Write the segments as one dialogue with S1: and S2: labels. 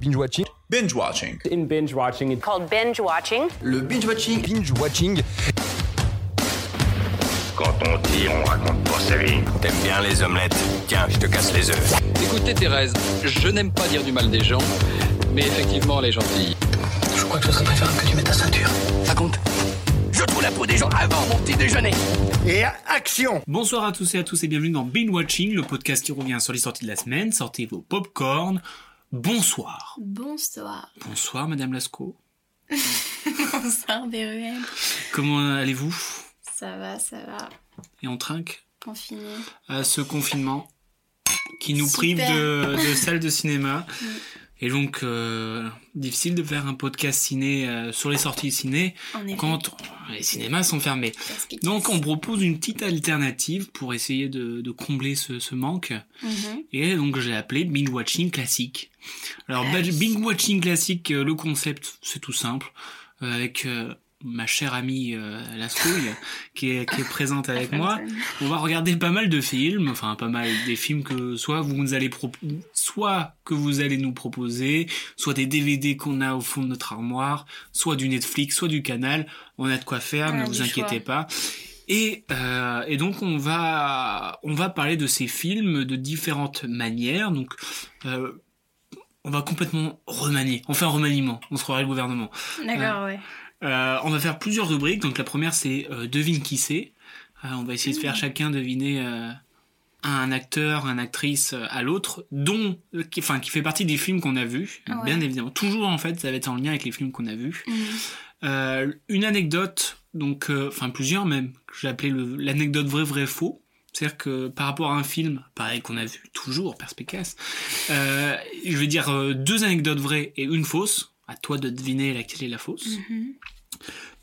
S1: Binge watching.
S2: Binge watching.
S3: In binge watching,
S4: called binge watching.
S5: Le binge watching.
S1: Binge watching.
S6: Quand on tire, on raconte pour sa vie. T'aimes bien les omelettes Tiens, je te casse les œufs.
S7: Écoutez Thérèse, je n'aime pas dire du mal des gens, mais effectivement elle est gentille.
S8: Je crois que ce serait préférable que tu mettes ta ceinture.
S9: Ça compte je trouve la peau des gens avant mon petit déjeuner.
S10: Et action
S11: Bonsoir à tous et à tous et bienvenue dans Binge Watching, le podcast qui revient sur les sorties de la semaine. Sortez vos popcorn. Bonsoir.
S12: Bonsoir.
S11: Bonsoir Madame Lascaux.
S12: Bonsoir Béruel.
S11: Comment allez-vous
S12: Ça va, ça va.
S11: Et on trinque
S12: Confiné.
S11: À ce confinement qui nous Super. prive de, de salles de cinéma. oui. Et donc, euh, difficile de faire un podcast ciné euh, sur les sorties ciné quand on, les cinémas sont fermés. Donc, on propose une petite alternative pour essayer de, de combler ce, ce manque. Mm
S12: Mhm.
S11: -hmm. Et donc, j'ai appelé Binge Watching Classique. Alors, euh, Binge Watching Classique, le concept, c'est tout simple. Euh, avec ma chère amie euh, La Souille, qui, est, qui est présente avec moi, on va regarder pas mal de films, enfin pas mal des films que soit vous nous allez soit que vous allez nous proposer, soit des DVD qu'on a au fond de notre armoire, soit du Netflix, soit du canal, on a de quoi faire, ah, ne vous inquiétez choix. pas. Et, euh, et donc on va on va parler de ces films de différentes manières, donc euh, on va complètement remanier, on fait un remaniement, on se croirait le gouvernement.
S12: D'accord, euh, ouais.
S11: Euh, on va faire plusieurs rubriques. Donc la première c'est euh, devine qui c'est. Euh, on va essayer de faire chacun deviner euh, un acteur, une actrice euh, à l'autre, dont euh, qui, enfin qui fait partie des films qu'on a vus, ouais. bien évidemment. Toujours en fait, ça va être en lien avec les films qu'on a vus.
S12: Mhm.
S11: Mmh. une anecdote, donc euh, enfin plusieurs même, que j'ai appelé l'anecdote vrai vrai faux. C'est-à-dire que par rapport à un film, pareil qu'on a vu toujours, Perspicace, euh, je vais dire deux anecdotes vraies et une fausse. À toi de deviner laquelle est la fausse.
S12: Mhm.
S11: Mmh.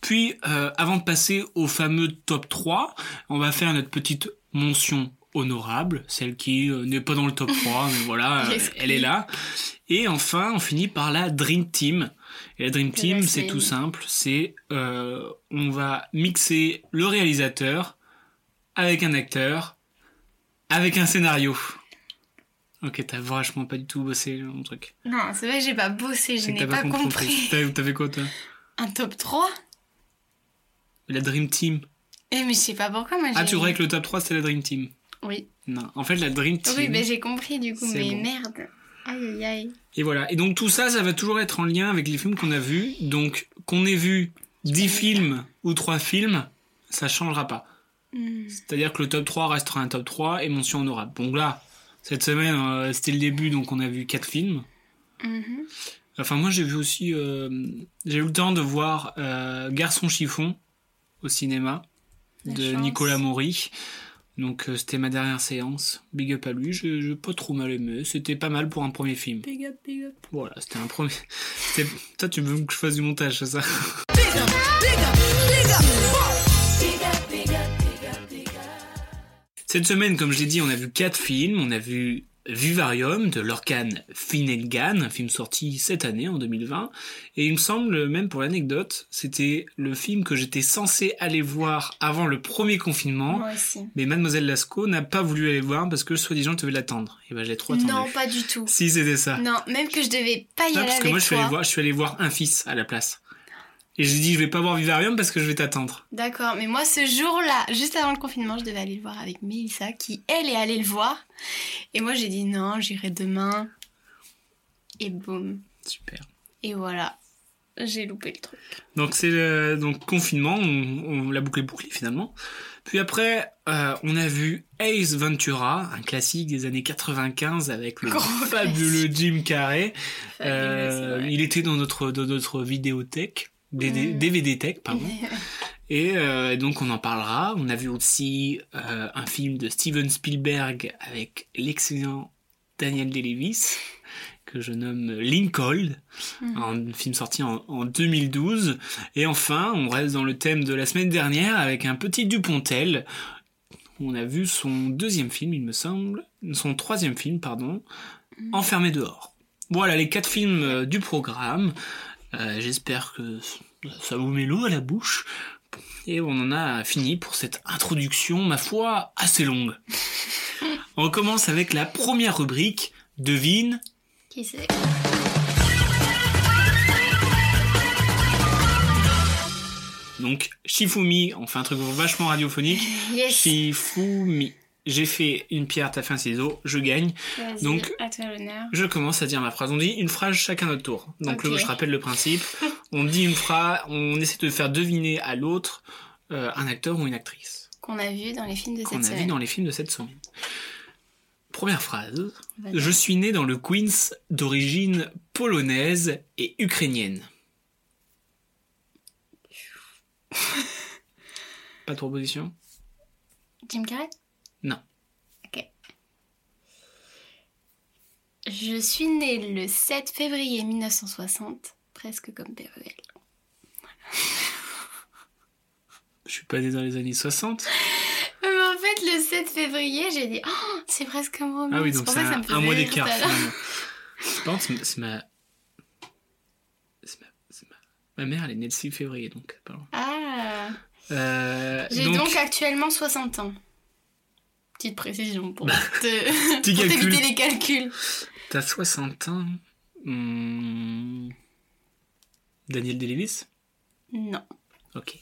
S11: Puis, euh, avant de passer au fameux top 3, on va faire notre petite mention honorable, celle qui euh, n'est pas dans le top 3, mais voilà, euh, elle est là. Et enfin, on finit par la Dream Team. Et la Dream Team, c'est tout simple, c'est euh, on va mixer le réalisateur avec un acteur, avec un scénario. Ok, t'as vachement pas du tout bossé mon truc.
S12: Non, c'est vrai, j'ai pas bossé, je n'ai pas, pas, compris.
S11: T'avais quoi toi
S12: un top 3
S11: La Dream Team.
S12: Eh mais je sais pas pourquoi moi
S11: Ah tu croyais que le top 3 c'était la Dream Team
S12: Oui.
S11: Non, en fait la Dream Team.
S12: Oui, ben j'ai compris du coup, mais bon. merde. Aïe aïe aïe.
S11: Et voilà, et donc tout ça ça va toujours être en lien avec les films qu'on a vus. Donc qu'on ait vu 10 films ou 3 films, ça changera pas. Mm. C'est-à-dire que le top 3 restera un top 3 et mention honorable. Bon là, cette semaine euh, c'était le début donc on a vu 4 films. Mm
S12: Mhm.
S11: -hmm. Enfin, moi, j'ai vu aussi. Euh, j'ai eu le temps de voir euh, Garçon chiffon au cinéma La de chance. Nicolas Maury. Donc, euh, c'était ma dernière séance. Big up à lui. Je n'ai pas trop mal aimé. C'était pas mal pour un premier film.
S12: Big up, big up.
S11: Voilà, c'était un premier. Toi, tu veux que je fasse du montage, c'est ça Big up, big up, big up Cette semaine, comme je l'ai dit, on a vu quatre films. On a vu Vivarium de Lorcan Finnegan, un film sorti cette année en 2020. Et il me semble, même pour l'anecdote, c'était le film que j'étais censé aller voir avant le premier confinement.
S12: Moi aussi.
S11: Mais Mademoiselle Lascaux n'a pas voulu aller voir parce que soi-disant je devais l'attendre. Et ben j'ai trop attendu.
S12: Non, pas du tout.
S11: Si c'était ça.
S12: Non, même que je devais pas y
S11: Ah. non,
S12: aller.
S11: parce que
S12: avec
S11: moi je suis
S12: toi.
S11: allé voir, je suis allé voir un fils à la place. Et je lui dis, je vais pas voir Vivarium parce que je vais t'attendre.
S12: D'accord, mais moi ce jour-là, juste avant le confinement, je devais aller le voir avec Melissa, qui elle est allée le voir. Et moi j'ai dit non, j'irai demain. Et boum.
S11: Super.
S12: Et voilà, j'ai loupé le truc.
S11: Donc c'est le donc, confinement, on, on l'a bouclé bouclé finalement. Puis après, euh, on a vu Ace Ventura, un classique des années 95 avec le Gros fabuleux classique. Jim Carrey. Euh, il était dans notre, dans notre vidéothèque. DVD Tech, pardon. Et euh, donc on en parlera. On a vu aussi euh, un film de Steven Spielberg avec l'excellent Daniel Day-Lewis que je nomme Lincoln, mm. un film sorti en, en, 2012. Et enfin, on reste dans le thème de la semaine dernière avec un petit Dupontel. On a vu son deuxième film, il me semble, son troisième film, pardon, mm. Enfermé dehors. Voilà les quatre films du programme. Euh, j'espère que ça vous met l'eau à la bouche. Et on en a fini pour cette introduction, ma foi, assez longue. on commence avec la première rubrique, devine.
S12: Qui c'est
S11: Donc, Shifumi, on fait un truc vachement radiophonique.
S12: Yes.
S11: Shifumi. J'ai fait une pierre, t'as fait un ciseau, je gagne.
S12: Vas-y,
S11: donc-
S12: à toi l'honneur.
S11: Je commence à dire ma phrase. On dit une phrase chacun notre tour. Donc
S12: Ok.
S11: le- je rappelle le principe. On dit une phrase, on essaie de faire deviner à l'autre euh, un acteur ou une actrice
S12: Qu'on a vu dans les films de
S11: qu'on
S12: cette
S11: a vu
S12: semaine.
S11: dans les films de cette semaine. Première phrase.
S12: Vas-y.
S11: Je suis né dans le Queens d'origine polonaise et ukrainienne. Pas de proposition
S12: Jim Carrey
S11: Non.
S12: Ok. Je suis née le 7 février 1960, presque comme Perruel.
S11: Je suis pas né dans les années 60.
S12: Mais en fait, le 7 février, j'ai dit Oh, c'est presque comme Roméo.
S11: Ah oui,
S12: C'est
S11: donc
S12: pour
S11: c'est
S12: ça que ça
S11: un,
S12: me faisait
S11: un mois
S12: rire
S11: d'écart
S12: tout à l'heure.
S11: finalement. Par contre, c'est ma- c'est ma... c'est ma... c'est ma... Ma mère, elle est née le 6 février, donc... Pardon.
S12: Ah
S11: Euh,
S12: J'ai donc... actuellement 60 ans. Petite précision pour te-
S11: Bah, Petit
S12: pour
S11: calcul.
S12: t'éviter les calculs.
S11: T'as 60 ans... hmm, Daniel Day-Lewis
S12: Non.
S11: Ok.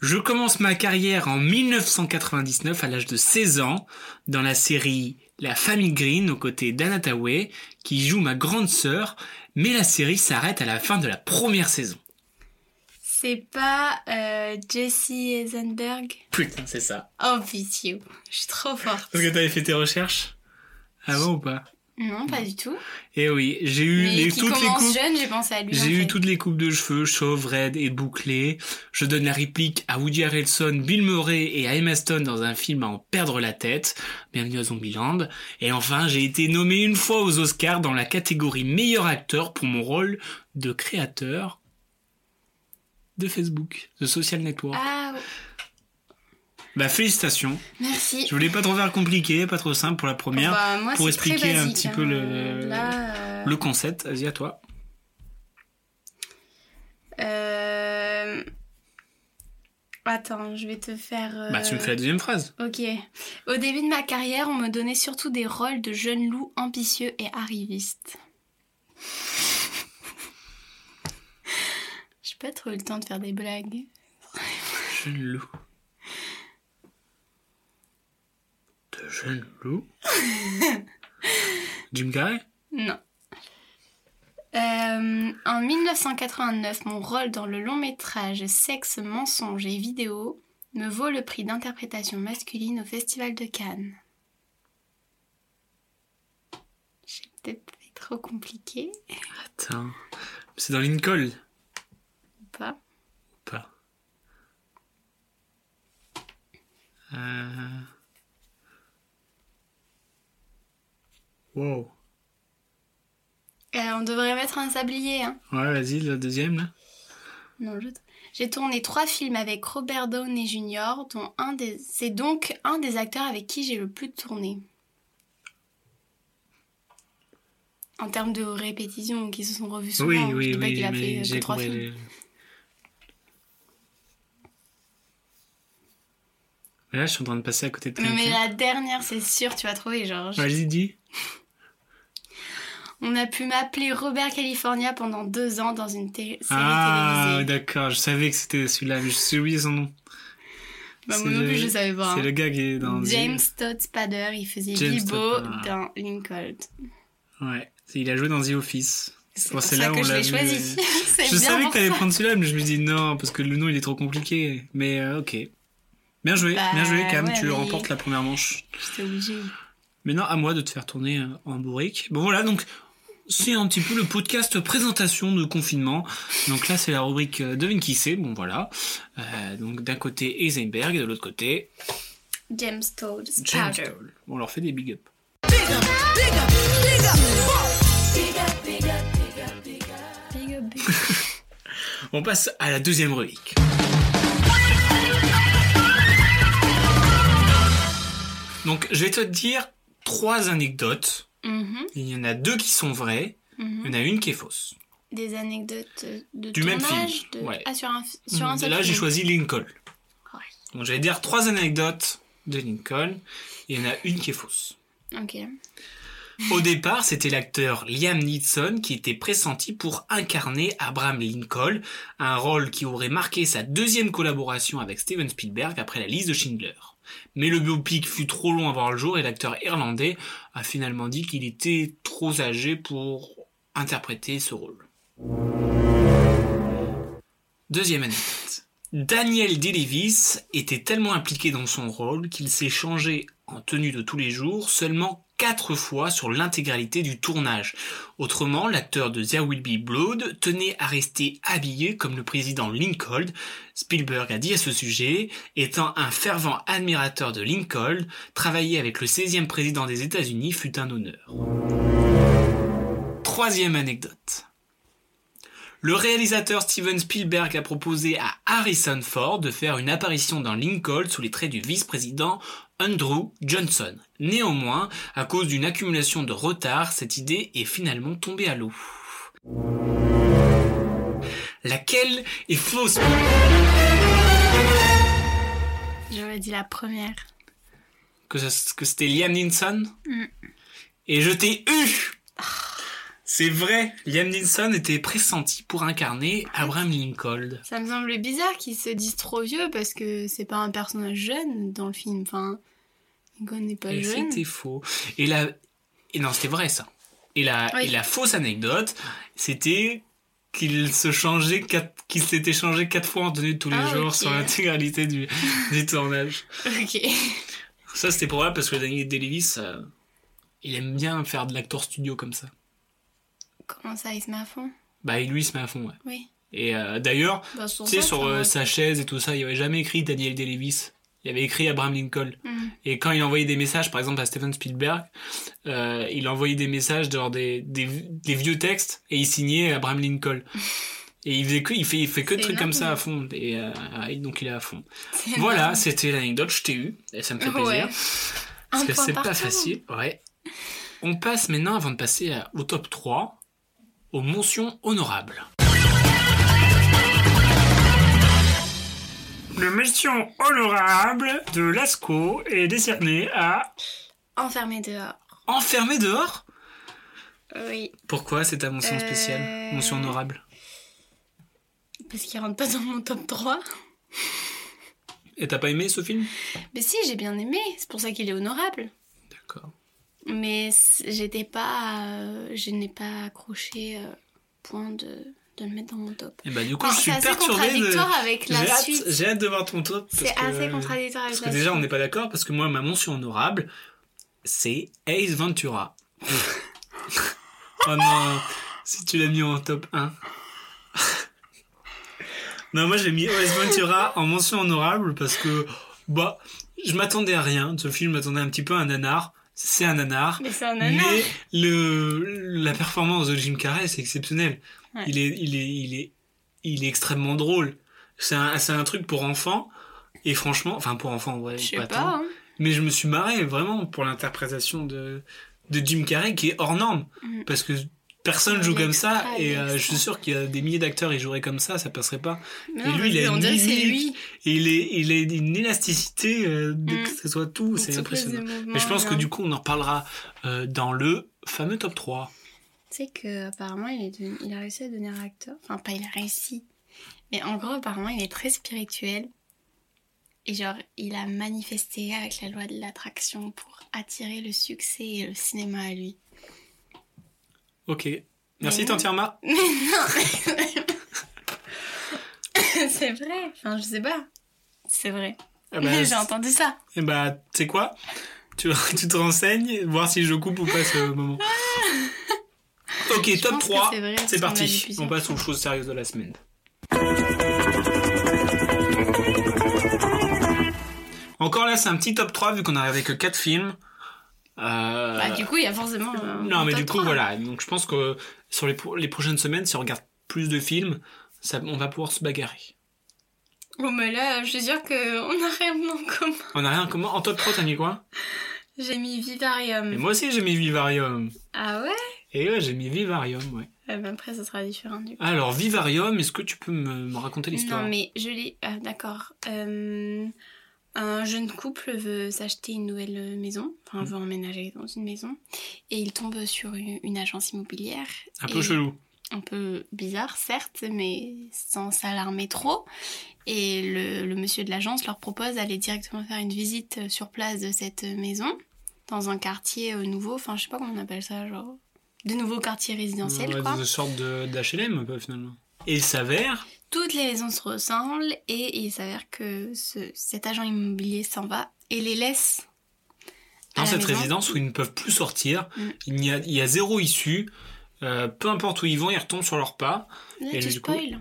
S11: Je commence ma carrière en 1999 à l'âge de 16 ans dans la série La Famille Green aux côtés d'Anna Tawai qui joue ma grande sœur, mais la série s'arrête à la fin de la première saison.
S12: C'est pas euh, Jesse Eisenberg
S11: Putain, c'est ça.
S12: Oh, pitié. Je suis trop forte.
S11: Parce que t'avais fait tes recherches avant ou pas
S12: Non, pas du tout.
S11: Eh oui, j'ai eu
S12: Mais
S11: les-
S12: qui
S11: toutes les
S12: commence
S11: coupes.
S12: jeune, j'ai pensé à lui. en
S11: J'ai eu
S12: fait.
S11: toutes les coupes de cheveux, chauves, raides et bouclées. Je donne la réplique à Woody Harrelson, Bill Murray et à Emma Stone dans un film à en perdre la tête. Bienvenue à Zombieland. Et enfin, j'ai été nommé une fois aux Oscars dans la catégorie meilleur acteur pour mon rôle de créateur de Facebook, de social network.
S12: Ah,
S11: Bah félicitations.
S12: merci.
S11: Je voulais pas trop faire compliqué, pas trop simple pour la première.
S12: Bah, moi,
S11: pour
S12: c'est très
S11: expliquer un
S12: basique,
S11: petit peu
S12: hein.
S11: le-
S12: Là, euh,
S11: Le concept, vas-y à toi.
S12: euh, Attends, je vais te faire. euh,
S11: Bah tu me fais la deuxième phrase.
S12: Ok. Au début de ma carrière, on me donnait surtout des rôles de jeunes loups ambitieux et arrivistes. J'ai pas trop eu le temps de faire des blagues.
S11: Jeune loup. De jeune loup Jim Carrey
S12: Non. Euh, en 1989, mon rôle dans le long métrage Sexe, mensonges et vidéo me vaut le prix d'interprétation masculine au Festival de Cannes. J'ai peut-être fait trop compliqué
S11: Attends. C'est dans Lincoln
S12: ou pas
S11: ou pas Euh. Wow.
S12: Euh, On devrait mettre un sablier. Hein.
S11: Ouais, vas-y, le deuxième là.
S12: Non, je- J'ai tourné trois films avec Robert Downey Jr. dont un des... c'est donc un des acteurs avec qui j'ai le plus tourné. En termes de répétitions qui se sont revues souvent,
S11: Oui,
S12: je
S11: oui,
S12: dis pas
S11: oui,
S12: qu'il a fait
S11: mais
S12: euh, que
S11: j'ai
S12: trois
S11: compris.
S12: films.
S11: le- Mais là, je suis en train de passer à côté de
S12: Mais,
S11: quelqu'un.
S12: la dernière, c'est sûr, tu vas trouver, Georges.
S11: Vas-y, dis.
S12: On a pu m'appeler Robert California pendant deux ans dans une té- série
S11: Ah,
S12: télévisée.
S11: d'accord, je savais que c'était celui-là, mais je suis oublié son nom.
S12: Bah,
S11: c'est
S12: moi non plus,
S11: le-
S12: je savais pas.
S11: C'est
S12: hein.
S11: le gars qui est dans.
S12: James Todd Spader, il faisait
S11: James
S12: Bibo
S11: Todd, ah.
S12: dans Lincoln.
S11: Ouais, il a joué dans The Office.
S12: C'est
S11: Bon,
S12: pour
S11: c'est
S12: ça
S11: là où
S12: que
S11: on
S12: je
S11: l'a
S12: l'ai
S11: vu,
S12: choisi.
S11: euh,
S12: C'est
S11: Je
S12: bien
S11: savais que
S12: pour
S11: t'allais
S12: ça.
S11: prendre celui-là, mais je me dis non, parce que le nom il est trop compliqué. Mais euh, ok. Bien joué,
S12: Bah,
S11: bien joué, Cam,
S12: ouais,
S11: tu
S12: mais-
S11: remportes la première manche.
S12: J'étais obligée.
S11: Maintenant, à moi de te faire tourner euh, en bourrique. Bon, voilà, donc c'est un petit peu le podcast présentation de confinement. Donc là, c'est la rubrique euh, Devine qui c'est. Bon, voilà. Euh, donc d'un côté, Heisenberg, et de l'autre côté,
S12: James Todd
S11: James
S12: Spader.
S11: Toll. On leur fait des big up.
S12: Big up, big up.
S11: On passe à la deuxième rubrique. Donc, je vais te dire trois anecdotes.
S12: Mhm,
S11: Il y en a deux qui sont vraies,
S12: mhm.
S11: il y en a une qui est fausse.
S12: Des anecdotes de
S11: Du même
S12: tournage
S11: film,
S12: de-
S11: ouais.
S12: Ah, sur un, fi- sur un
S11: Et
S12: seul
S11: là, j'ai
S12: film.
S11: choisi Lincoln.
S12: Ouais.
S11: Donc, je vais dire trois anecdotes de Lincoln. Il y en a une qui est fausse.
S12: Ok.
S11: Au départ, c'était l'acteur Liam Neeson qui était pressenti pour incarner Abraham Lincoln, un rôle qui aurait marqué sa deuxième collaboration avec Steven Spielberg après la liste de Schindler. Mais le biopic fut trop long à voir le jour et l'acteur irlandais a finalement dit qu'il était trop âgé pour interpréter ce rôle. Deuxième anecdote. Daniel Day-Lewis était tellement impliqué dans son rôle qu'il s'est changé en tenue de tous les jours seulement quatre fois sur l'intégralité du tournage. Autrement, l'acteur de There Will Be Blood tenait à rester habillé comme le président Lincoln. Spielberg a dit à ce sujet, étant un fervent admirateur de Lincoln, travailler avec le 16e président des États-Unis fut un honneur. Troisième anecdote. Le réalisateur Steven Spielberg a proposé à Harrison Ford de faire une apparition dans Lincoln sous les traits du vice-président Andrew Johnson. Néanmoins, à cause d'une accumulation de retard, cette idée est finalement tombée à l'eau. Laquelle est fausse
S12: J'aurais dit la première.
S11: Que, ça- que c'était Liam Neeson
S12: Mm.
S11: Et je t'ai eu C'est vrai, Liam Neeson était pressenti pour incarner Abraham Lincoln.
S12: Ça me semble bizarre qu'ils se disent trop vieux parce que c'est pas un personnage jeune dans le film. Enfin, Lincoln n'est pas
S11: Et
S12: jeune.
S11: c'était faux. Et la... Et non, c'était vrai, ça. Et la,
S12: Oui.
S11: et la fausse anecdote, c'était qu'il se changeait quatre... qu'il s'était changé quatre fois en tenue de tous les
S12: Ah,
S11: jours
S12: ok.
S11: sur l'intégralité du, du tournage.
S12: Ok.
S11: Ça, c'était probable parce que Daniel Day-Lewis, euh, il aime bien faire de l'actor studio comme ça.
S12: Comment ça, il se met à fond
S11: Bah, et lui, il se met à fond, ouais.
S12: Oui.
S11: Et euh, d'ailleurs,
S12: Bah, sur
S11: tu sais,
S12: ça,
S11: sur
S12: ça
S11: euh,
S12: va.
S11: sa chaise et tout ça, il n'y avait jamais écrit Daniel Day-Lewis. Il avait écrit Abraham Lincoln.
S12: Mm.
S11: Et quand il envoyait des messages, par exemple, à Steven Spielberg, euh, il envoyait des messages, genre des, des, des vieux textes, et il signait Abraham Lincoln. Et il faisait que, il fait, il fait que de
S12: C'est
S11: trucs comme
S12: énorme.
S11: ça à fond. Et euh, ouais, donc il est à fond.
S12: C'est
S11: Voilà,
S12: énorme.
S11: c'était l'anecdote, je t'ai eu. Et ça me fait plaisir.
S12: Ouais.
S11: Parce
S12: Un
S11: que
S12: point
S11: c'est pas
S12: partout.
S11: facile. Ouais. On passe maintenant, avant de passer à- au top 3, aux mentions honorables. Le mention honorable de Lascaux est décerné à
S12: Enfermé dehors.
S11: Enfermé dehors
S12: Oui.
S11: Pourquoi c'est ta mention spéciale
S12: Euh,
S11: Mention honorable
S12: Parce qu'il rentre pas dans mon top 3.
S11: Et t'as pas aimé ce film
S12: Mais si, j'ai bien aimé. C'est pour ça qu'il est honorable.
S11: D'accord.
S12: Mais c- j'étais pas. euh, je n'ai pas accroché euh, point de, de le mettre dans mon top.
S11: Et bah du coup, je
S12: Enfin, Ah, c'est
S11: suis
S12: assez
S11: perturbé de...
S12: contradictoire avec
S11: J'ai
S12: la
S11: hâte,
S12: suite.
S11: j'ai hâte de voir ton top. parce
S12: C'est
S11: que-
S12: assez contradictoire avec
S11: Parce que
S12: la
S11: déjà, on
S12: suite.
S11: n'est pas d'accord, parce que moi, ma mention honorable, c'est Ace Ventura. oh non, si tu l'as mis en top 1. non, moi, j'ai mis Ace Ventura en mention honorable parce que, bah, je m'attendais à rien. Ce film m'attendait un petit peu à un nanar. C'est un nanar.
S12: Mais c'est un nanar.
S11: Mais le, la performance de Jim Carrey, c'est exceptionnel.
S12: Ouais.
S11: Il, est, il, est, il, est, il est extrêmement drôle. C'est un, c'est un truc pour enfants. Et franchement, enfin pour enfants, en vrai,
S12: Je sais
S11: pas
S12: pas.
S11: tant.
S12: hein.
S11: Mais je me suis marré vraiment pour l'interprétation de, de Jim Carrey qui est hors norme.
S12: Mm.
S11: Parce que personne
S12: Il
S11: joue
S12: est
S11: comme ça.
S12: extra, il est
S11: Et euh, je suis
S12: extra.
S11: sûr qu'il y a des milliers d'acteurs, ils joueraient comme ça, ça passerait pas.
S12: Mais
S11: Et
S12: non,
S11: lui, il
S12: vas-y,
S11: a
S12: on
S11: une
S12: dirait que c'est
S11: mimique.
S12: lui.
S11: Et il est, il est une élasticité euh, de
S12: Mm.
S11: que ce soit tout. C'est impressionnant. Mais je pense que du coup, on en reparlera euh, dans le fameux top 3.
S12: Tu sais qu'apparemment, il, est devenu- il a réussi à devenir acteur. Enfin, pas il a réussi. Mais en gros, apparemment, il est très spirituel. Et genre, il a manifesté avec la loi de l'attraction pour attirer le succès et le cinéma à lui.
S11: Ok. Merci,
S12: Mais-
S11: Tantirma.
S12: Mais non C'est vrai. Enfin, je sais pas. C'est vrai.
S11: Ah bah,
S12: Mais j'ai entendu ça.
S11: Eh bah, tu sais quoi tu, tu te renseignes, voir si je coupe ou pas ce moment. Ok,
S12: Je
S11: top
S12: pense que
S11: 3,
S12: c'est vrai, parce
S11: c'est
S12: qu'on l'a dit
S11: parti.
S12: plusieurs
S11: On passe aux choses sérieuses de la semaine. Encore là, c'est un petit top 3 vu qu'on arrive avec 4 films. Euh,
S12: Bah, du coup, il y a forcément. un-
S11: non,
S12: un
S11: mais
S12: top
S11: du coup,
S12: trois.
S11: voilà. Donc, je pense que sur les, pro- les prochaines semaines, si on regarde plus de films, ça, on va pouvoir se bagarrer.
S12: Bon, mais là, je suis sûre qu'on a rien en commun.
S11: On a rien comment En top 3, t'as mis quoi
S12: J'ai mis Vivarium.
S11: Mais moi aussi, j'ai mis Vivarium.
S12: Ah ouais
S11: Et ouais, j'ai mis Vivarium, ouais.
S12: Euh, bah, Après, ça sera différent du coup.
S11: Alors, Vivarium, est-ce que tu peux me, me raconter l'histoire
S12: Non, mais je l'ai. Ah, d'accord. Euh, Un jeune couple veut s'acheter une nouvelle maison,
S11: Hmm.
S12: enfin veut emménager dans une maison, et il tombe sur une, une agence immobilière.
S11: Un peu
S12: Et-
S11: chelou.
S12: un peu bizarre, certes, mais sans s'alarmer trop. Et le, le monsieur de l'agence leur propose d'aller directement faire une visite euh, sur place de cette euh, maison, dans un quartier euh, nouveau, enfin je sais pas comment on appelle ça, genre de nouveau quartier résidentiel,
S11: Ouais,
S12: quoi.
S11: Une sorte de- d'HLM, un peu, finalement. Et il s'avère,
S12: Toutes les maisons se ressemblent et il s'avère que ce- cet agent immobilier s'en va et les laisse. à
S11: dans
S12: la
S11: cette
S12: maison.
S11: résidence où ils ne peuvent plus sortir,
S12: Mm.
S11: il, y a, il y a zéro issue. euh, peu importe où ils vont, ils retombent sur leur pas.
S12: Là,
S11: et
S12: tu
S11: du coup-
S12: spoil.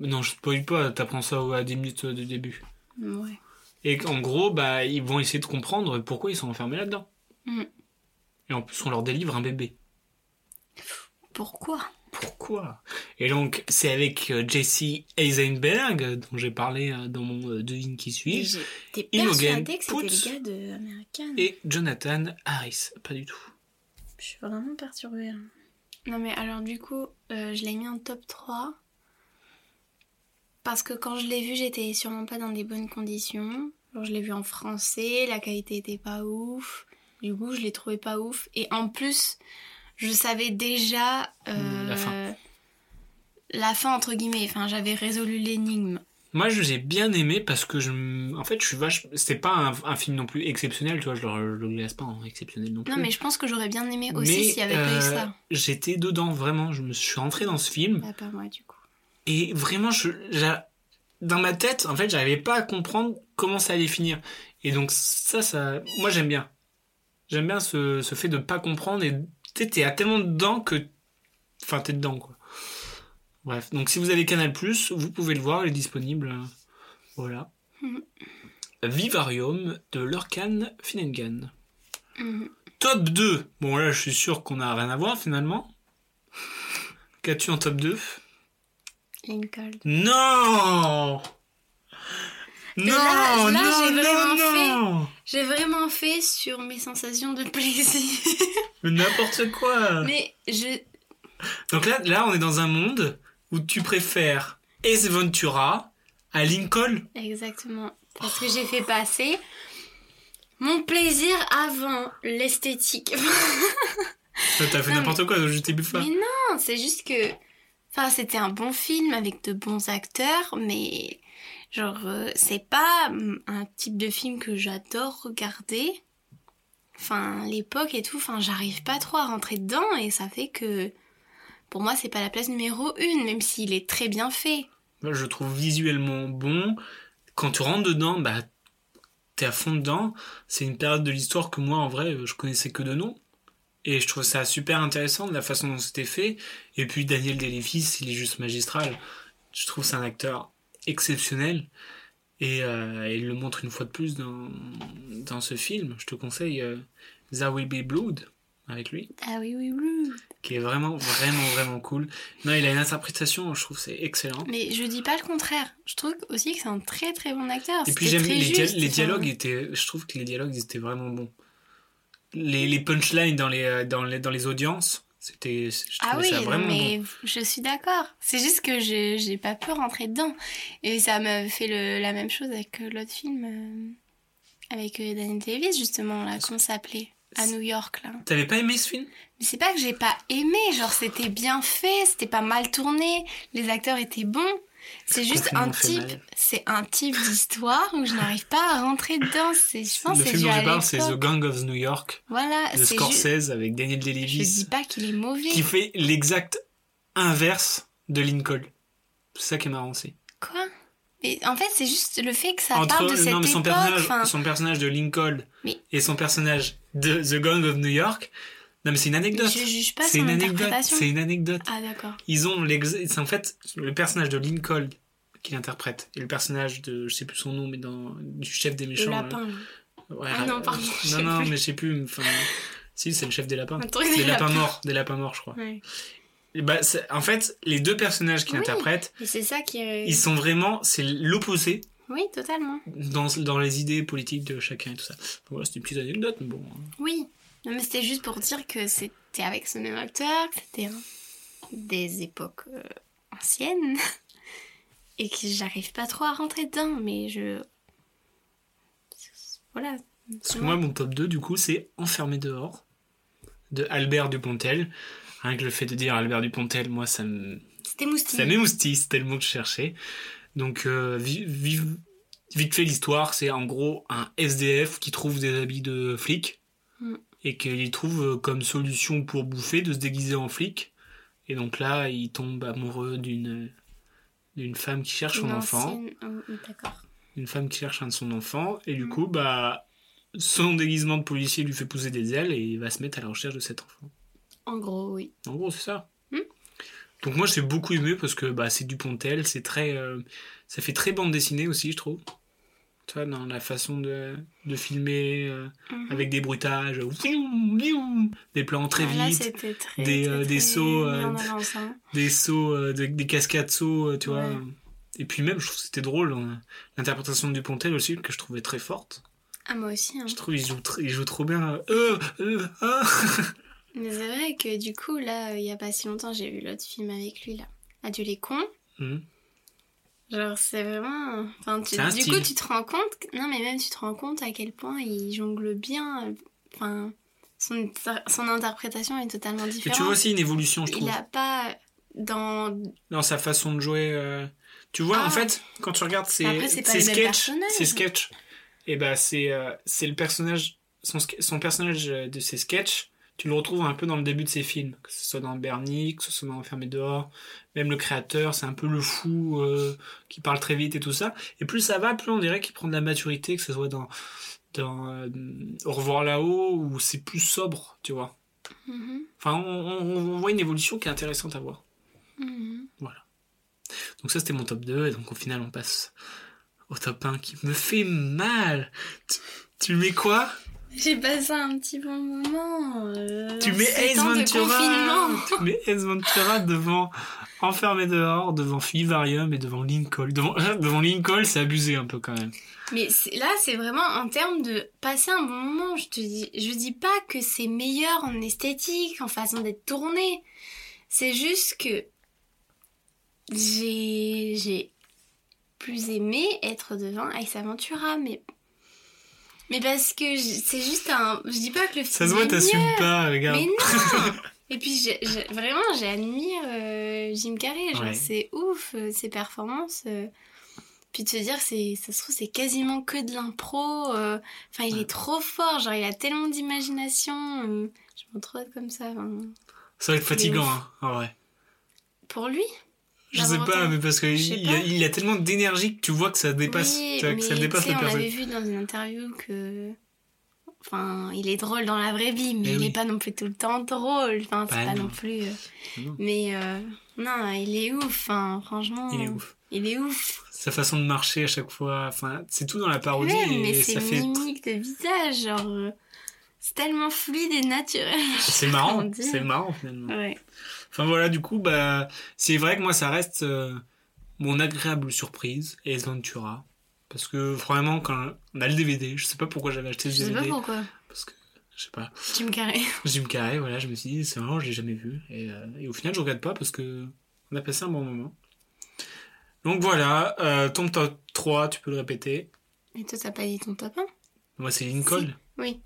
S11: Non, je spoil pas, t'apprends ça à 10 minutes euh, du début.
S12: Ouais.
S11: Et en gros, bah, ils vont essayer de comprendre pourquoi ils sont enfermés là-dedans.
S12: Mm.
S11: Et en plus, on leur délivre un bébé.
S12: Pourquoi
S11: Pourquoi Et donc, c'est avec euh, Jesse Eisenberg, euh, dont j'ai parlé euh, dans mon euh, Devine qui
S12: Et
S11: suis-je,
S12: J'étais
S11: Imogen
S12: persuadée que c'était
S11: Poots.
S12: le gars de American.
S11: et Jonathan Harris. Pas du tout.
S12: Je suis vraiment perturbée. hein. Non mais alors du coup, euh, je l'ai mis en top 3. Parce que quand je l'ai vu, j'étais sûrement pas dans des bonnes conditions. Genre je l'ai vu en français, la qualité était pas ouf. Du coup, je l'ai trouvé pas ouf. Et en plus, je savais déjà... euh,
S11: la
S12: la fin, entre guillemets. Enfin, j'avais résolu l'énigme.
S11: Moi, je j'ai bien aimé parce que je, m- en fait, je suis vache. C'était pas un, un film non plus exceptionnel, tu vois. Je le, je le glace pas en exceptionnel non plus.
S12: Non mais je pense que j'aurais bien aimé aussi s'il y avait pas eu
S11: euh,
S12: ça.
S11: J'étais dedans vraiment. Je me suis rentré dans ce film
S12: Bah pas moi du coup.
S11: et vraiment, je, j'a- dans ma tête, en fait, j'arrivais pas à comprendre comment ça allait finir. Et donc ça, ça, moi, j'aime bien. J'aime bien ce, ce fait de pas comprendre et tu sais, t'es à tellement dedans que, enfin, t'es dedans quoi. Bref, donc si vous avez Canal vous pouvez le voir, il est disponible. euh, Voilà.
S12: Mhm.
S11: Vivarium de Lurkan Finnegan.
S12: Mhm.
S11: Top 2. Bon, là, je suis sûr qu'on n'a rien à voir finalement. Qu'as-tu en top 2
S12: Lincoln.
S11: Non Non,
S12: là,
S11: non,
S12: j'ai vraiment
S11: non, non
S12: J'ai vraiment fait sur mes sensations de plaisir.
S11: Mais N'importe quoi
S12: Mais je.
S11: Donc là, là, on est dans un monde où tu préfères Ace Ventura à Lincoln.
S12: Exactement. Parce que j'ai fait passer mon plaisir avant l'esthétique.
S11: Ça, T'as fait
S12: Non,
S11: n'importe quoi, je t'ai buffa.
S12: mais non, c'est juste que. Enfin, c'était un bon film avec de bons acteurs, mais. Genre, euh, c'est pas hum, un type de film que j'adore regarder. Enfin, l'époque et tout, enfin, j'arrive pas trop à rentrer dedans et ça fait que. Pour moi, c'est pas la place numéro une, même s'il est très bien fait.
S11: Moi, je le trouve visuellement bon. Quand tu rentres dedans, bah, t'es à fond dedans. C'est une période de l'histoire que moi, en vrai, je connaissais que de nom. Et je trouve ça super intéressant de la façon dont c'était fait. Et puis Daniel Day-Lewis, il est juste magistral. Je trouve c'est un acteur exceptionnel. Et euh, il le montre une fois de plus dans, dans ce film. Je te conseille euh, There Will Be Blood avec lui
S12: Ah oui, oui, oui.
S11: qui est vraiment vraiment vraiment cool. Non, il a une interprétation, je trouve c'est excellent.
S12: Mais je dis pas le contraire. Je trouve aussi que c'est un très très bon acteur.
S11: Et puis
S12: C'était
S11: j'aime
S12: très
S11: les, dia-
S12: juste, hein.
S11: les
S12: enfin,
S11: dialogues étaient, je trouve que les dialogues ils étaient vraiment bons. Les, les punchlines dans les euh, dans les dans les audiences, c'était je
S12: Ah
S11: trouvais
S12: oui,
S11: ça
S12: non,
S11: vraiment
S12: mais
S11: bon.
S12: je suis d'accord. C'est juste que je j'ai pas pu rentrer dedans. Et ça m'a fait le- la même chose avec euh, l'autre film. euh, avec euh, Daniel Davis, justement, là. Comment ça s'appelait À New York, là.
S11: T'avais pas aimé ce film
S12: Mais c'est pas que j'ai pas aimé. Genre, c'était bien fait, c'était pas mal tourné. Les acteurs étaient bons. C'est juste
S11: confinement
S12: un
S11: fait
S12: type,
S11: mal.
S12: c'est un type d'histoire où je n'arrive pas à rentrer dedans. C'est, je pense,
S11: Le
S12: que c'est
S11: film
S12: dû
S11: dont
S12: à
S11: je parle, c'est
S12: l'époque.
S11: The Gang of New York
S12: Voilà,
S11: de
S12: c'est juste.
S11: Scorsese avec Daniel
S12: Je dis
S11: Day-Lewis
S12: pas qu'il est mauvais.
S11: qui fait l'exact inverse de Lincoln. C'est ça qui est marrant aussi.
S12: Quoi Mais en fait, c'est juste le fait que ça
S11: Entre
S12: parle de cette
S11: non, mais son
S12: époque.
S11: personnage,
S12: enfin,
S11: son personnage de Lincoln
S12: Mais-
S11: et son personnage de The Gang of New York. Non mais c'est une anecdote.
S12: je juge pas
S11: C'est
S12: son
S11: une anecdote.
S12: interprétation.
S11: C'est une anecdote.
S12: Ah d'accord.
S11: Ils ont l'ex- c'est en fait le personnage de Lincoln qu'il interprète et le personnage de je sais plus son nom mais dans du chef des
S12: Le
S11: méchants.
S12: lapin. là.
S11: euh, ouais,
S12: Ah non, pardon,
S11: euh,
S12: je
S11: Non
S12: sais
S11: non
S12: plus.
S11: mais je sais plus. Enfin, si c'est le chef des lapins.
S12: Un truc
S11: Des
S12: de
S11: lapins
S12: lapin.
S11: morts. Des lapins morts je crois.
S12: Ouais.
S11: Et bah, c'est- en fait les deux personnages qu'il
S12: Oui.
S11: interprète
S12: Et c'est ça qui est...
S11: ils sont vraiment c'est l'opposé
S12: Oui, totalement.
S11: dans, dans les idées politiques de chacun et tout ça. Voilà, c'est une petite anecdote, mais bon. hein.
S12: Oui. Non, mais c'était juste pour dire que c'était avec ce même acteur, que c'était hein, des époques euh, anciennes. Et que j'arrive pas trop à rentrer dedans, mais je... Voilà.
S11: Parce que moi, mon top 2, du coup, c'est Enfermé dehors de Albert Dupontel. Rien que le fait de dire Albert Dupontel, moi, ça me.
S12: C'était moustille.
S11: Ça m'émoustille, c'était le mot que je cherchais. Donc, euh, vi- vive- vite fait l'histoire, c'est en gros un SDF qui trouve des habits de flic
S12: Mm.
S11: et qu'il trouve euh, comme solution pour bouffer de se déguiser en flic. Et donc là, il tombe amoureux d'une d'une femme qui cherche son
S12: Non,
S11: enfant
S12: c'est une- oh, D'accord.
S11: une femme qui cherche un de son enfant, et du
S12: Mm.
S11: coup, bah, son déguisement de policier lui fait pousser des ailes et il va se mettre à la recherche de cet enfant.
S12: En gros, oui.
S11: En gros, c'est ça.
S12: Mm.
S11: Donc moi, j'ai beaucoup aimé parce que bah, c'est Dupontel, c'est très, euh, ça fait très bande dessinée aussi, je trouve. Tu vois, dans la façon de, de filmer euh,
S12: Mhm.
S11: avec des bruitages, oufiou, oufiou, des plans très
S12: Ah, Là,
S11: vite,
S12: c'était très.
S11: des, euh,
S12: très,
S11: des
S12: très
S11: sauts,
S12: mis
S11: euh,
S12: en avance, hein.
S11: des sauts, euh, de- des cascades sauts, euh, tu vois.
S12: Ouais.
S11: Et puis même, je trouve que c'était drôle, euh, l'interprétation de Dupontel aussi, que je trouvais très forte.
S12: Ah, moi aussi. Hein.
S11: Je trouve ils jouent, tr- ils jouent trop bien. Euh, euh, ah.
S12: Mais c'est vrai que du coup, là, euh, il y a pas si longtemps, j'ai vu l'autre film avec lui, là. Adieu les cons.
S11: Mhm.
S12: Genre, c'est vraiment. Enfin, tu-
S11: C'est un
S12: du
S11: style.
S12: coup, tu te rends compte. que- Non, mais même tu te rends compte à quel point il jongle bien. euh, Enfin, son, son interprétation est totalement
S11: Et
S12: différente.
S11: tu vois aussi une évolution, je
S12: il
S11: trouve,
S12: a pas. euh, Dans.
S11: dans sa façon de jouer. euh, Tu vois,
S12: Ah. Bah,
S11: en fait, quand tu regardes ses,
S12: Après, c'est pas
S11: ses
S12: les mêmes
S11: sketchs,
S12: personnages.
S11: ses sketchs, et ben c'est euh, c'est le personnage, son, ske- son personnage euh, de ses sketchs, tu le retrouves un peu dans le début de ses films, que ce soit dans Bernie, que ce soit dans Enfermé dehors, même le créateur, c'est un peu le fou euh, qui parle très vite et tout ça. Et plus ça va, plus on dirait qu'il prend de la maturité, que ce soit dans, dans euh, Au revoir là-haut, où c'est plus sobre, tu vois.
S12: Mhm,
S11: Enfin, on, on- on voit une évolution qui est intéressante à voir.
S12: mhm.
S11: Donc ça, c'était mon top 2, et donc au final, on passe au top 1 qui me fait mal. Tu, tu mets quoi
S12: J'ai passé un petit bon moment. euh,
S11: Tu
S12: en
S11: mets
S12: ces
S11: Ace
S12: temps de
S11: Ventura
S12: confinement.
S11: Tu mets Ace Ventura devant Enfermé dehors, devant Fivarium et devant Lincoln. Devant, devant Lincoln, c'est abusé un peu quand même.
S12: Mais c'est- là, c'est vraiment en termes de passer un bon moment. Je te dis, je dis pas que c'est meilleur en esthétique, en façon d'être tourné. C'est juste que j'ai j'ai plus aimé être devant Ace Aventura, mais mais parce que j- c'est juste un. Je dis pas que le film.
S11: Ça se voit,
S12: est mieux,
S11: t'assumes pas, euh, regarde.
S12: Mais non. Et puis j'ai- j'ai- vraiment, j'admire euh, Jim Carrey. Genre
S11: Ouais.
S12: c'est ouf euh, ses performances. euh. Puis de se dire, c'est, ça se trouve, c'est quasiment que de l'impro. euh. Enfin, il
S11: Ouais.
S12: est trop fort, genre, il a tellement d'imagination. euh. Je me trouve comme ça. enfin.
S11: Ça va être fatigant, hein, en vrai.
S12: Pour lui
S11: Je sais
S12: D'avoir
S11: pas,
S12: autant-
S11: mais parce que
S12: Je sais
S11: il, a,
S12: pas.
S11: il a tellement d'énergie que tu vois que ça dépasse,
S12: Oui,
S11: tu vois, que ça
S12: mais
S11: dépasse
S12: tu sais,
S11: le
S12: on
S11: personnage.
S12: avait vu dans une interview que. Enfin, il est drôle dans la vraie vie, mais
S11: Eh
S12: il
S11: oui.
S12: n'est pas non plus tout le temps drôle. Enfin, c'est
S11: Bah
S12: pas
S11: non. Bah
S12: non, plus. euh,
S11: Non.
S12: Mais euh, non, il est ouf, hein, franchement.
S11: Il est ouf.
S12: Il est ouf.
S11: sa façon de marcher à chaque fois. Enfin, c'est tout dans la parodie
S12: Ouais,
S11: et
S12: mais c'est
S11: ça fait.
S12: mimique de visage, genre. euh, C'est tellement fluide et naturel.
S11: C'est
S12: Comment
S11: marrant,
S12: dire
S11: c'est marrant finalement.
S12: Ouais.
S11: Enfin voilà, du coup, bah, c'est vrai que moi ça reste euh, mon agréable surprise, Ace Ventura. Parce que vraiment, quand on a le DVD, je sais pas pourquoi j'avais acheté
S12: Je
S11: ce
S12: sais pas
S11: DVD.
S12: pourquoi.
S11: Parce que, je sais pas,
S12: Jim Carrey.
S11: Jim Carrey, voilà, je me suis dit, c'est marrant, je l'ai jamais vu. Et, euh, et au final, je regrette pas parce que on a passé un bon moment. Donc voilà, euh, ton top 3, tu peux le répéter.
S12: Mais toi, t'as pas dit ton top 1
S11: Moi, c'est Lincoln.
S12: Oui.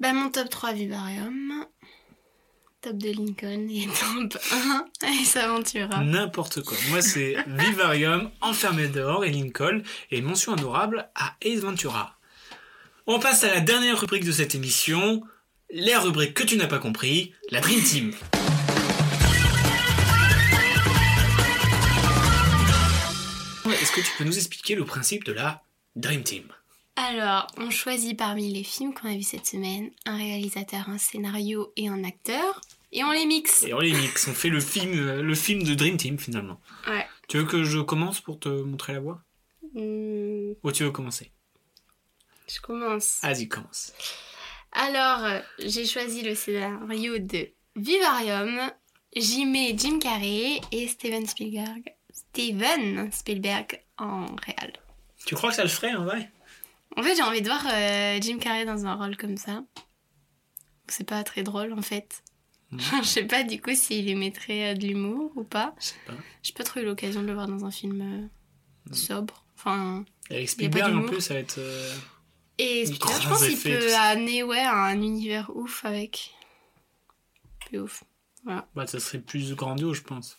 S12: Bah, mon top 3 Vivarium. Top de Lincoln et top 1 Ace Aventura.
S11: Mm. N'importe quoi. Moi, c'est Vivarium, Enfermé dehors et Lincoln. Et mention honorable à Ace Ventura. On passe à la dernière rubrique de cette émission. Les rubriques que tu n'as pas compris, la Dream Team. Est-ce que tu peux nous expliquer le principe de la Dream Team
S12: Alors, on choisit parmi les films qu'on a vus cette semaine un réalisateur, un scénario et un acteur. Et on les mixe.
S11: Et on les mixe, on fait le film, euh, le film de Dream Team finalement.
S12: Ouais.
S11: Tu veux que je commence pour te montrer la voie
S12: Hmm,
S11: Ou tu veux commencer
S12: je commence.
S11: Vas-y, commence.
S12: Alors, euh, j'ai choisi le scénario de Vivarium. J'y mets Jim Carrey et Steven Spielberg. Steven Spielberg en réal.
S11: Tu crois que ça le ferait en vrai
S12: En fait, j'ai envie de voir euh, Jim Carrey dans un rôle comme ça. C'est pas très drôle en fait.
S11: Mhm.
S12: Je sais pas du coup s'il lui mettrait euh, de l'humour ou pas.
S11: Je sais pas.
S12: J'ai pas trop eu l'occasion de le voir dans un film euh,
S11: Mhm.
S12: sobre. Enfin,
S11: Avec
S12: Y a pas
S11: Spielberg en
S12: d'humour.
S11: plus, ça va être. euh,
S12: Et
S11: Des
S12: Spielberg, je
S11: grands
S12: pense qu'il
S11: effets, tout
S12: peut
S11: ça.
S12: amener ouais, un univers ouf avec. Plus ouf.
S11: Bah, ça serait plus grandiose, je pense.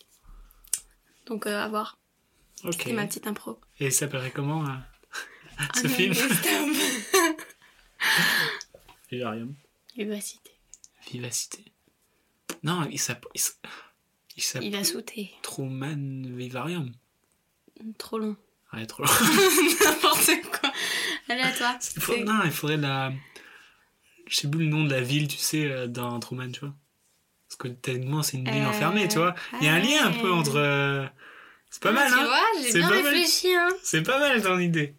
S12: Donc euh, à voir.
S11: Ok.
S12: C'est ma petite impro. Ah,
S11: Et ça s'appellerait comment euh, ce
S12: Un
S11: film
S12: West Ham.
S11: Vivarium.
S12: Vivacité.
S11: Vivacité. Non, il s'appelle. Il s- il s'appelle
S12: Il a sauté.
S11: Truman Vivarium.
S12: Trop long.
S11: Ouais, trop long.
S12: N'importe quoi. Allez à toi.
S11: Il faut- non, il faudrait la. Je sais plus le nom de la ville, tu sais, euh, dans Truman, tu vois. Parce que techniquement, c'est une ville
S12: Euh,
S11: enfermée, tu vois. Il y a un lien un peu
S12: ouais.
S11: entre. euh, C'est pas
S12: Ah,
S11: mal,
S12: Tu
S11: hein
S12: vois, j'ai
S11: C'est
S12: bien
S11: pas mal.
S12: réfléchi. Hein.
S11: C'est pas mal ton idée.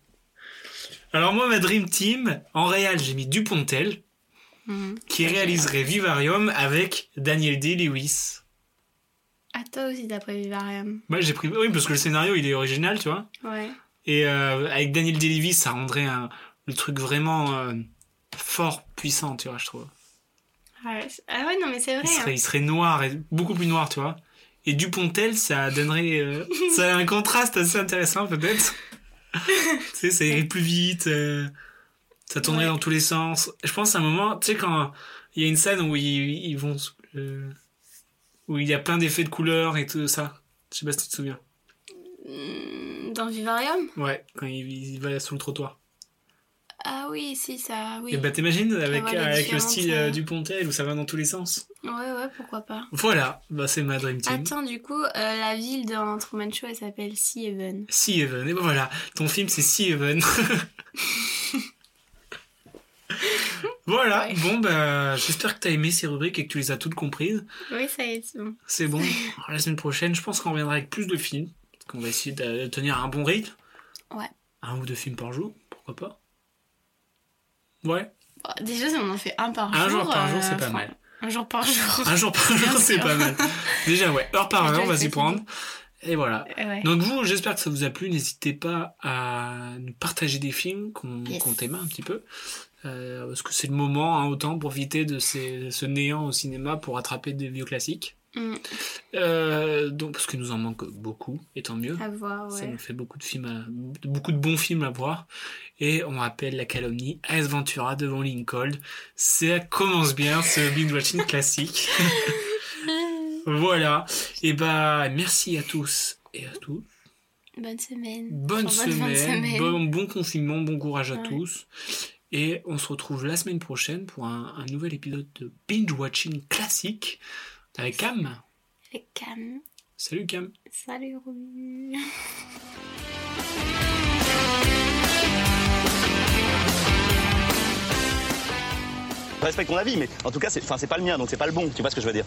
S11: Alors, moi, ma Dream Team, en réel, j'ai mis Dupontel,
S12: Mhm.
S11: qui réaliserait Vivarium avec Daniel D-Lewis.
S12: À toi aussi, d'après Vivarium.
S11: Moi, j'ai pris. Oui, parce que le scénario, il est original, tu vois.
S12: Ouais.
S11: Et euh, avec Daniel Day-Lewis, ça rendrait un- le truc vraiment euh, fort, puissant, tu vois, je trouve.
S12: Ah ouais, c'est- ah ouais, non, mais c'est
S11: Il
S12: vrai.
S11: serait, il serait noir, et beaucoup plus noir, tu vois. Et Dupontel, ça donnerait... euh, ça a un contraste assez intéressant, peut-être. tu sais, ça irait plus vite, euh, ça tournerait
S12: Ouais.
S11: dans tous les sens. Je pense à un moment, tu sais, quand il y a une scène où ils, ils vont... sous- euh, où il y a plein d'effets de couleurs et tout ça. Je sais pas si tu te souviens.
S12: hein. Dans Vivarium
S11: Ouais, quand il, il va sous le trottoir.
S12: Ah oui, si, ça. Oui.
S11: Et bah t'imagines avec,
S12: Ah ouais, les
S11: avec le
S12: différentes,
S11: style euh,
S12: euh,
S11: du Pontel où ça va dans tous les sens.
S12: Ouais, ouais, pourquoi pas.
S11: Voilà, bah c'est ma dream team.
S12: Attends, du coup, euh, la ville dans Truman Show, elle s'appelle Sea Haven.
S11: Sea Even, et bah voilà, ton film c'est Sea Even. voilà,
S12: Ouais.
S11: bon bah j'espère que t'as aimé ces rubriques et que tu les as toutes comprises.
S12: Oui, ça y est, c'est bon.
S11: C'est bon, Alors, la semaine prochaine je pense qu'on reviendra avec plus de films, parce qu'on va essayer de de tenir un bon rythme.
S12: Ouais.
S11: Un ou deux films par jour, pourquoi pas. Ouais,
S12: Bon, Bah, déjà, si on en fait un par
S11: Un
S12: jour.
S11: jour par jour,
S12: euh,
S11: c'est pas
S12: enfin,
S11: mal.
S12: Un jour par jour.
S11: un jour par
S12: Bien
S11: jour c'est
S12: sûr.
S11: pas mal. Déjà ouais, heure par
S12: Je
S11: heure,
S12: dois
S11: on va s'y
S12: être
S11: prendre. Et voilà.
S12: Ouais.
S11: Donc vous, j'espère que ça vous a plu. N'hésitez pas à nous partager des films qu'on
S12: Yes.
S11: qu'on aime un petit peu. Euh, parce que c'est le moment, hein, autant profiter de ces- ce néant au cinéma pour attraper des vieux classiques.
S12: Mm.
S11: Euh, donc, parce que nous en manque beaucoup, et tant mieux.
S12: À voir,
S11: Ça
S12: Ah bah ouais.
S11: nous fait beaucoup de, films à- beaucoup de bons films à voir. Et on rappelle la calomnie, Ace Ventura devant Lincoln. Ça commence bien ce binge watching classique. voilà. Et bah, merci à tous et à toutes.
S12: Bonne semaine.
S11: Bonne
S12: Enfin, bonne
S11: semaine,
S12: fin de semaine.
S11: Bon, bon confinement, bon courage à
S12: Ouais.
S11: tous. Et on se retrouve la semaine prochaine pour un, un nouvel épisode de Binge Watching classique avec Cam.
S12: Avec Cam.
S11: Salut Cam.
S12: Salut, Romy.
S1: Je respecte ton avis, mais en tout cas, c'est enfin, c'est pas le mien, donc c'est pas le bon. Tu vois ce que je veux dire